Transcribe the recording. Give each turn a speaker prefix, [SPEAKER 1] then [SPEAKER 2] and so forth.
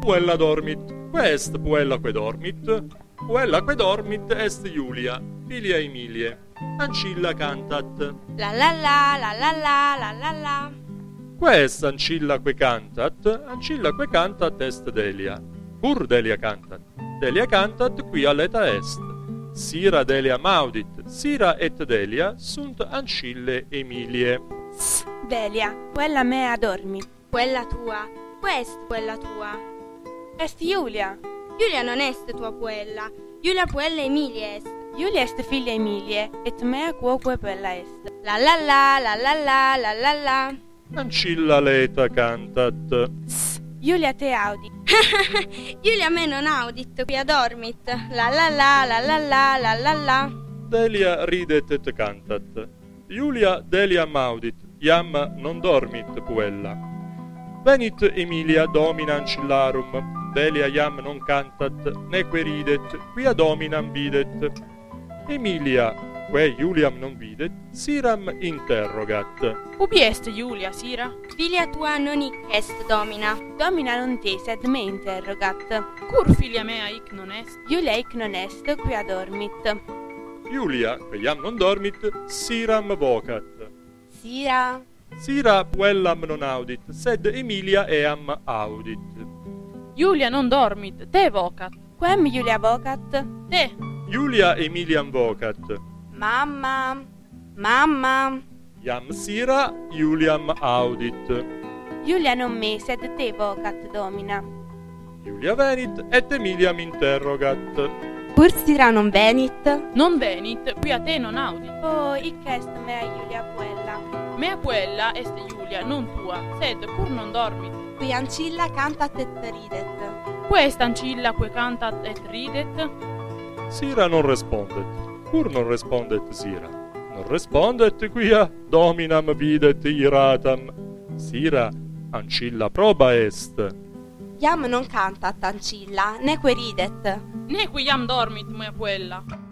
[SPEAKER 1] Puella dormit, quest puella que dormit, puella que dormit est Iulia, filia Emilie, ancilla cantat.
[SPEAKER 2] La la la, la la la, la la la.
[SPEAKER 1] Quest ancilla que cantat, ancilla que cantat est Delia. Pur Delia cantat, Delia cantat qui aleta est. Sira Delia maudit, Sira et Delia sunt ancille Emilie.
[SPEAKER 3] Ss, Delia, quella mea dormi.
[SPEAKER 2] Quella tua, quest quella tua.
[SPEAKER 3] Est Iulia.
[SPEAKER 2] Iulia non est tua puella, Iulia puella Emilia est.
[SPEAKER 3] Iulia est filia Emilie, et mea quoque quella est.
[SPEAKER 2] La la la, la la la, la la la.
[SPEAKER 1] Ancilla leta cantat.
[SPEAKER 3] Ss, Iulia te audi.
[SPEAKER 2] Iulia me non audit, qui adormit. La la la, la la la, la la la.
[SPEAKER 1] Delia ridet et cantat. Iulia Delia maudit, iam non dormit puella. Venit Emilia domina ancillarum, Delia iam non cantat, neque ridet, quia dominam videt. Emilia, quae Iuliam non videt, siram interrogat.
[SPEAKER 4] Ubi est Iulia, Sira?
[SPEAKER 2] Filia tua non hic est domina.
[SPEAKER 3] Domina non te, sed me interrogat.
[SPEAKER 4] Cur filia mea hic non est?
[SPEAKER 3] Iulia hic non est, qui adormit.
[SPEAKER 1] Iulia, quae iam non dormit, siram vocat.
[SPEAKER 2] Sira.
[SPEAKER 1] Sira puellam non audit, sed Emilia eam audit.
[SPEAKER 4] Iulia non dormit, te vocat.
[SPEAKER 3] Quem Iulia vocat?
[SPEAKER 4] Te,
[SPEAKER 1] Iulia Emiliam vocat,
[SPEAKER 2] Mamma. Mamma.
[SPEAKER 1] iam Sira Iuliam audit.
[SPEAKER 3] Iulia non me, sed te vocat, domina.
[SPEAKER 1] Iulia venit et Emiliam interrogat.
[SPEAKER 2] Pur Sira non venit.
[SPEAKER 4] non venit, qui a te non audit.
[SPEAKER 3] Oh, hic est mea Iulia puella.
[SPEAKER 4] Mea puella est Iulia, non tua, sed cur non dormit.
[SPEAKER 2] Qui ancilla cantat et ridet.
[SPEAKER 4] Quest ancilla que cantat et ridet,
[SPEAKER 1] Sira non respondet, pur non respondet Sira. Non respondet quia dominam videt iratam. Sira ancilla proba est.
[SPEAKER 2] Iam non cantat ancilla, neque ridet.
[SPEAKER 4] ne quiam dormit mea puella.